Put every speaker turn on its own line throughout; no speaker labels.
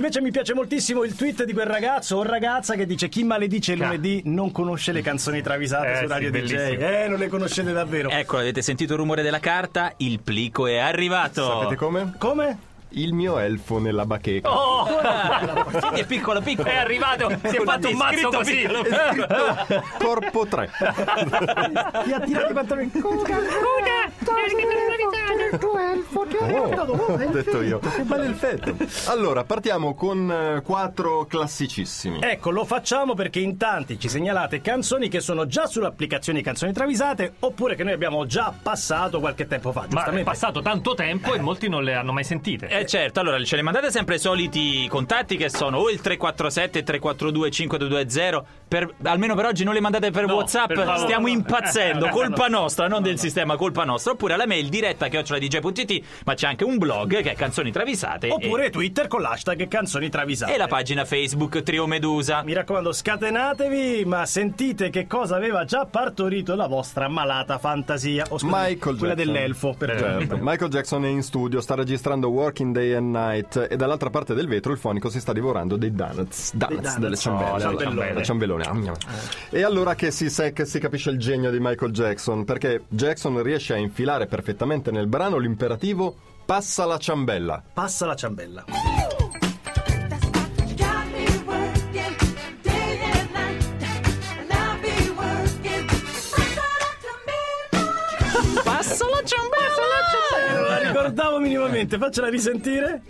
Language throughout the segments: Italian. Invece mi piace moltissimo il tweet di quel ragazzo o ragazza che dice chi maledice il
Ah.
lunedì non conosce le canzoni travisate
Eh,
su
sì,
Radio DJ.
bellissimo. Eh.
Eh, non le conoscete davvero.
Ecco, avete sentito il rumore della carta? Il plico è arrivato.
Sapete come?
Come? Oh.
Il mio elfo nella bacheca.
Ancora! Senti, è piccolo, piccolo.
È arrivato, si è fatto un mazzo così.
Corpo 3.
Ti ha tirato i pantaloni.
Oh, ho detto io. Che bello il fetto. Allora, partiamo con eh, quattro classicissimi.
Ecco, lo facciamo perché in tanti ci segnalate canzoni che sono già sull'applicazione Canzoni Travisate oppure che noi abbiamo già passato qualche tempo fa.
Ma
Giustamente.
è passato tanto tempo e molti non le hanno mai sentite.
Eh certo, allora ce le mandate sempre i soliti contatti che sono o il 347 342 5220 per, almeno per oggi non le mandate per
No,
Whatsapp,
per favore.
stiamo impazzendo,
Eh, no,
colpa
no.
nostra, non del sistema, colpa nostra, oppure alla mail diretta che ho la dj.it, ma c'è anche un blog che è canzoni travisate e-
Oppure Twitter con l'hashtag Canzoni Travisate.
e, la pagina Facebook Trio Medusa.
Mi raccomando, scatenatevi, ma sentite che cosa aveva già partorito la vostra malata fantasia. O scusa,
Michael
quella
Jackson.
dell'elfo, per
Eh.
Certo.
esempio.
Michael Jackson è in studio, sta registrando Working Day and Night e dall'altra parte del vetro il fonico si sta divorando dei donuts,
donuts.
donuts, delle ciambelle,
Oh, Eh.
alla-
ciambellone.
alla ciambellone. Ah, miam. E allora che si, sa- che si capisce il genio di Michael Jackson, perché Jackson riesce a infilare perfettamente nel brano l'imperativo passa la ciambella.
Passa la ciambella.
Passa la ciambella!
Non la ricordavo minimamente, faccela risentire.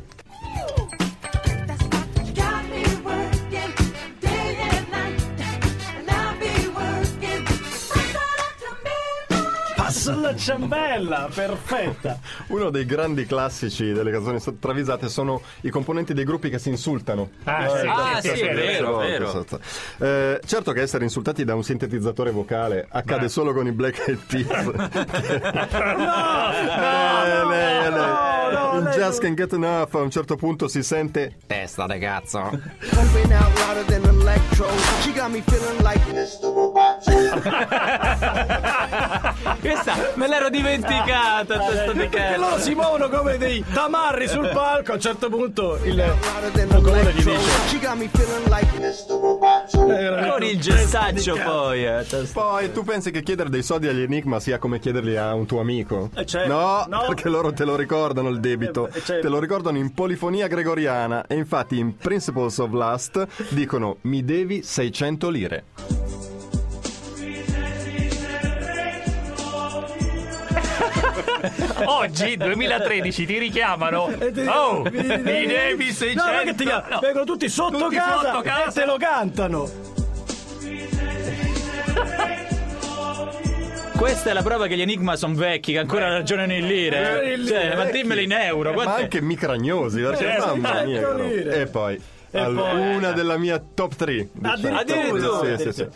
Passa la ciambella, perfetta.
Uno dei grandi classici delle canzoni travisate sono i componenti dei gruppi che si insultano. Eh,
Ah, sì,
Ah,
sì,
sì,
sì,
è vero,
Volte,
vero.
esatto. Eh, certo che essere insultati da un sintetizzatore vocale accade solo con i Black Eyed Peas. Eh, lei, eh, lei. In Just Can Get Enough a un certo punto si sente testa ragazzo.
Pumping out louder than electro. She got me feeling like Mr. Robot.
Questa me l'ero dimenticata, testa di
Perché
cazzo.
loro si muovono come dei tamarri sul palco. A un certo punto il
Louder than
Pokémon gli
electro.
dice:
She got me feeling like Mr. Robot.
Con il gestaccio poi. eh, testa-
Poi tu pensi che chiedere dei soldi agli Enigma sia come chiederli a un tuo amico?
Eh, certo.
no,
No.
perché loro te lo ricordano il debito.
Eh, eh, certo.
Te lo ricordano in polifonia gregoriana. E infatti in Principles of Lust dicono mi devi 600 lire.
Oggi, 2013, ti richiamano.
E Eh, ti-
Oh, mi
mi- mi-
devi 600.
No, non è che ti chiamano,
No.
vengono tutti sotto
Tutti
casa
sotto casa.
e te lo cantano.
Questa è la prova che gli enigma sono vecchi, che ancora ragionano in
Eh,
lire.
in
Cioè,
lire,
ma dimmelo in euro.
Ma
quant'è?
anche micragnosi, perché
Certo,
mamma mia.
ecco
caro.
lire.
E poi,
E
al-
poi-
una della mia top 3.
Addirittura.
Sì, sì, sì.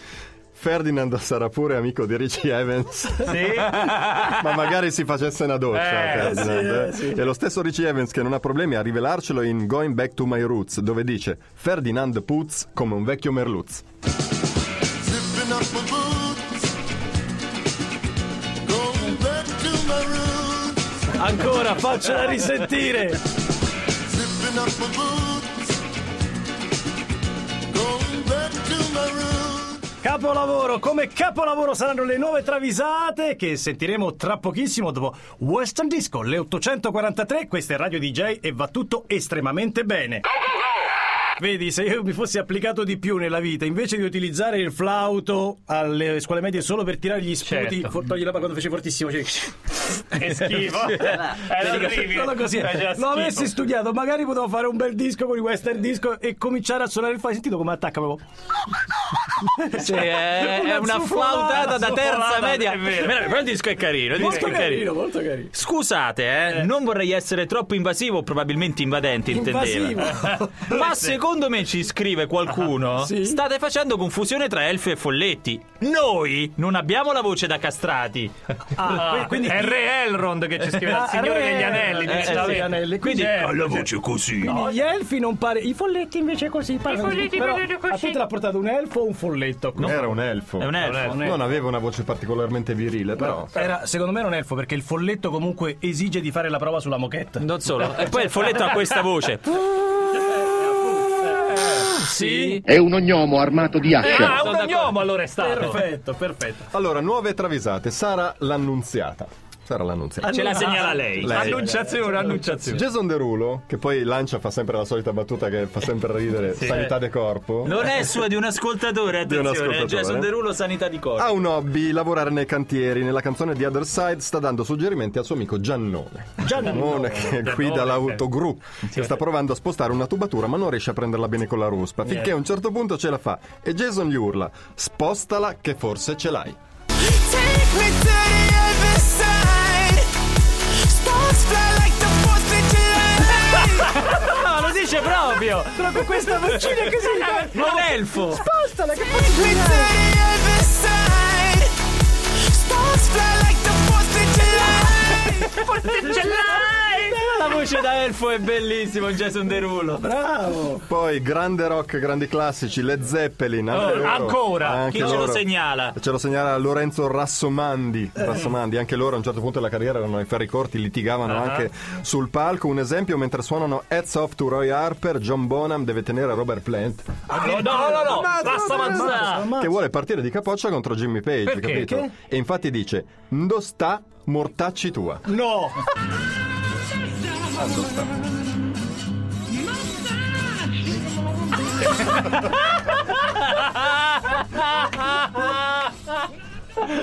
Ferdinand sarà pure amico di Richie Evans. Ma magari si facesse una doccia.
Eh,
Ferdinand, eh. E lo stesso Richie Evans che non ha problemi a rivelarcelo in Going Back to My Roots, dove dice Ferdinand Putz come un vecchio merluz.
Zipping up my boots. Going back to my roots.
Ancora, faccela risentire.
Zipping up my boots. Going back to my roots.
Capolavoro, come capolavoro saranno le nuove travisate che sentiremo tra pochissimo dopo Western Disco, le 843, questa è Radio DJ e va tutto estremamente bene. Vedi, se io mi fossi applicato di più nella vita, invece di utilizzare il flauto alle scuole medie solo per tirare gli sputi,
Certo.
for- togli la quando fece fortissimo, cioè,
Che schifo.
Eh,
Eh, Era orribile.
solo così.
Faceva
Lo avessi
schifo.
studiato, magari potevo fare un bel disco con i western disco e cominciare a suonare il fai. Sentito come attacca proprio.
Sì, è, è una flautata da terza
zuffolata,
media.
è vero.
Meraviglioso, Però il disco è carino. il disco
Molto
è
carino, molto carino.
Scusate, eh, non vorrei essere troppo invasivo, probabilmente invadente intendeva.
Invasivo.
Ma secondo me ci scrive qualcuno:
Sì.
state facendo confusione tra elfi e folletti. Noi non abbiamo la voce da castrati.
Ah, qui- quindi
È Re Elrond che ci scrive
Ah,
il signore
Re
degli anelli.
Elrond,
dice
eh,
la
sì,
verità.
anelli, quindi-
Eh,
la voce così.
No, gli elfi non pare. I folletti invece così parlano. I folletti però, A te te l'ha portato un elfo o un folletto?
Era un elfo.
È un elfo.
elfo.
Non aveva una voce particolarmente virile, però.
Era, secondo me era un elfo perché il folletto comunque esige di fare la prova sulla moquette.
Non solo. E poi il folletto ha questa voce. sì.
È un ognomo armato di ascia.
Ah, un ognomo allora è stato.
Perfetto, perfetto.
Allora, nuove travisate. Sara l'annunziata. Sara l'annunziata.
Ce la segnala lei.
Lei.
Annunciazione, annunciazione.
Jason Derulo, che poi lancia, fa sempre la solita battuta che fa sempre ridere, sanità de corpo.
Non è sua, di un ascoltatore,
Di un
attenzione.
ascoltatore. Ah.
è Jason Derulo, sanità di corpo.
Ha un hobby, lavorare nei cantieri. Nella canzone di Other Side sta dando suggerimenti al suo amico Giannone. Giannone che guida l'autogru. Che sta provando a spostare una tubatura ma non riesce a prenderla bene con la ruspa. Finché a un certo punto ce la fa e Jason gli urla: Spostala che forse ce l'hai.
Take me to the other side. Sparks fly like the 4th of July.
No, lo dice proprio.
Però con questa vocina così.
Ma un elfo.
Spostala che
Take me to the other side. Sparks fly like the 4th of July.
La voce da elfo è bellissimo, Jason Derulo.
Bravo.
Poi grande rock, grandi classici, Led Zeppelin. anche
Oh,
loro.
ancora?
Anche
Chi ce lo
loro.
segnala?
Ce lo segnala Lorenzo Rassomandi. Rassomandi, anche loro a un certo punto della carriera erano ai ferri corti, litigavano anche sul palco. Un esempio, mentre suonano Heads Off to Roy Harper, John Bonham deve tenere Robert Plant,
No, no, no, no. Basta avanzare.
Ammazza.
che vuole partire di capoccia contro Jimmy Page,
Perché?
capito?
Perché?
E infatti dice, Ndo sta mortacci tua.
No.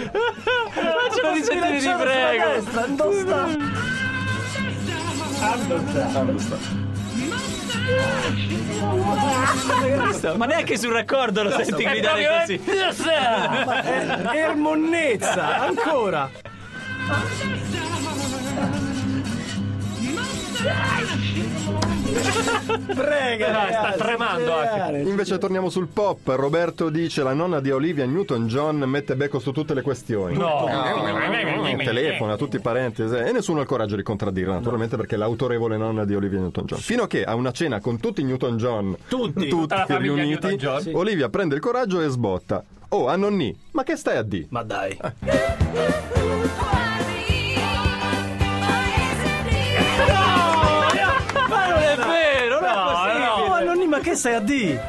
Facciamo di sentire, ti prego.
Non sta.
Ma neanche sul raccordo lo senti gridare così.
Ermonnezza, ancora. Prega,
Dai, sta
ragazzi,
tremando anche.
dai.
Invece torniamo sul pop. Roberto dice, la nonna di Olivia Newton-John mette becco su tutte le questioni.
No.
Ah, Telefono a tutti i parenti eh, e nessuno ha il coraggio di contraddirla, naturalmente perché è l'autorevole nonna di Olivia Newton-John. Fino a che a una cena con tutti i Newton-John,
Tutti,
tutta la famiglia
riuniti,
Newton-John. Sì.
Olivia prende il coraggio e sbotta. Oh, a nonni, ma che stai a D?
Ma dai.
Ma non è vero, non è possibile.
Oh, Annoni, ma che stai a D?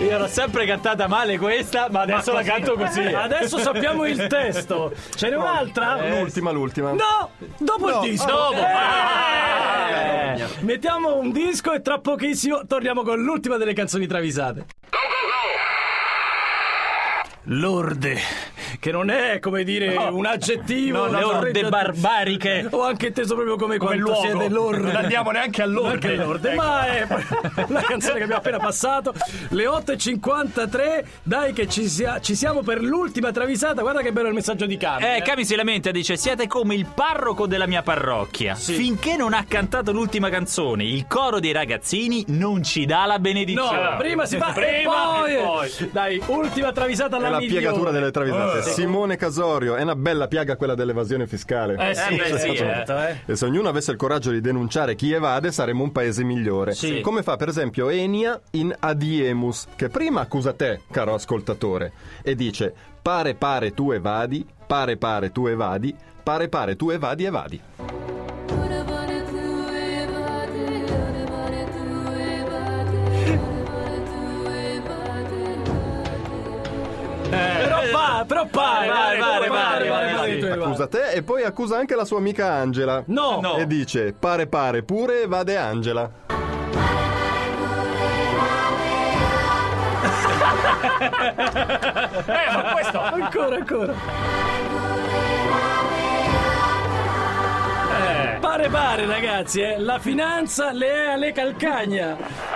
Io l'ho sempre cantata male questa, ma adesso la canto così. Cioè,
Adesso sappiamo il testo. Ce n'è un'altra?
L'ultima, l'ultima.
No! Dopo il disco.
Dopo.
Eh. Mettiamo un disco e tra pochissimo torniamo con l'ultima delle canzoni travisate. Lorde, che non è come dire un aggettivo,
le
una
orde
sorreggia-
barbariche.
Ho anche inteso proprio come, quanto
luogo.
siete lorde.
Non andiamo neanche all'orde.
Neanche all'orde, ma è la canzone che abbiamo appena passato. Le 8.53, dai che ci, sia- ci siamo per l'ultima travisata. Guarda che bello il messaggio di Cami.
Eh, Cami si lamenta, dice: Siete come il parroco della mia parrocchia. Finché non ha cantato l'ultima canzone, il coro dei ragazzini non ci dà la
No,
benedizione.
prima si fa
Prima
e,
e
poi, Dai, ultima travisata
È
alla
la
migliore.
piegatura delle travisate. Simone Casorio, è una bella piaga quella dell'evasione fiscale.
Eh sì,
beh,
eh
sì,
sì,
eh.
eh.
E se ognuno avesse il coraggio di denunciare chi evade, saremmo un paese migliore. Come fa per esempio Enia in Adiemus, che prima accusa te, caro ascoltatore, e dice: Pare pare tu evadi, pare pare tu evadi, pare pare tu evadi evadi.
Però va, però pare, pare,
Pare, pare,
pare,
pare,
pare,
pare,
pare.
Accusa te e poi accusa anche la sua amica Angela.
No. No.
E dice: Pare pare pure evade Angela.
Eh, ma questo
Ancora, ancora. Eh, Pare pare ragazzi, eh. la finanza le è alle calcagna.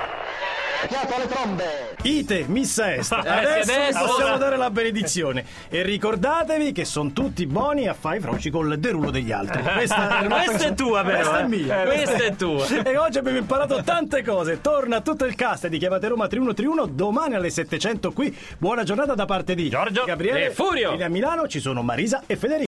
Ite, missa est. Eh, Adesso,
adesso.
possiamo dare la benedizione. E ricordatevi che sono tutti buoni a fare i froci col derulo degli altri. Questa è, una
Questa è tua, però.
Questa è
eh.
mia.
Questa è tua.
E oggi abbiamo imparato tante cose. Torna tutto il cast di Chiamate Roma 3131 domani alle 700 qui. Buona giornata da parte di
Giorgio
Gabriele
e Furio.
E a Milano ci sono Marisa e Federico.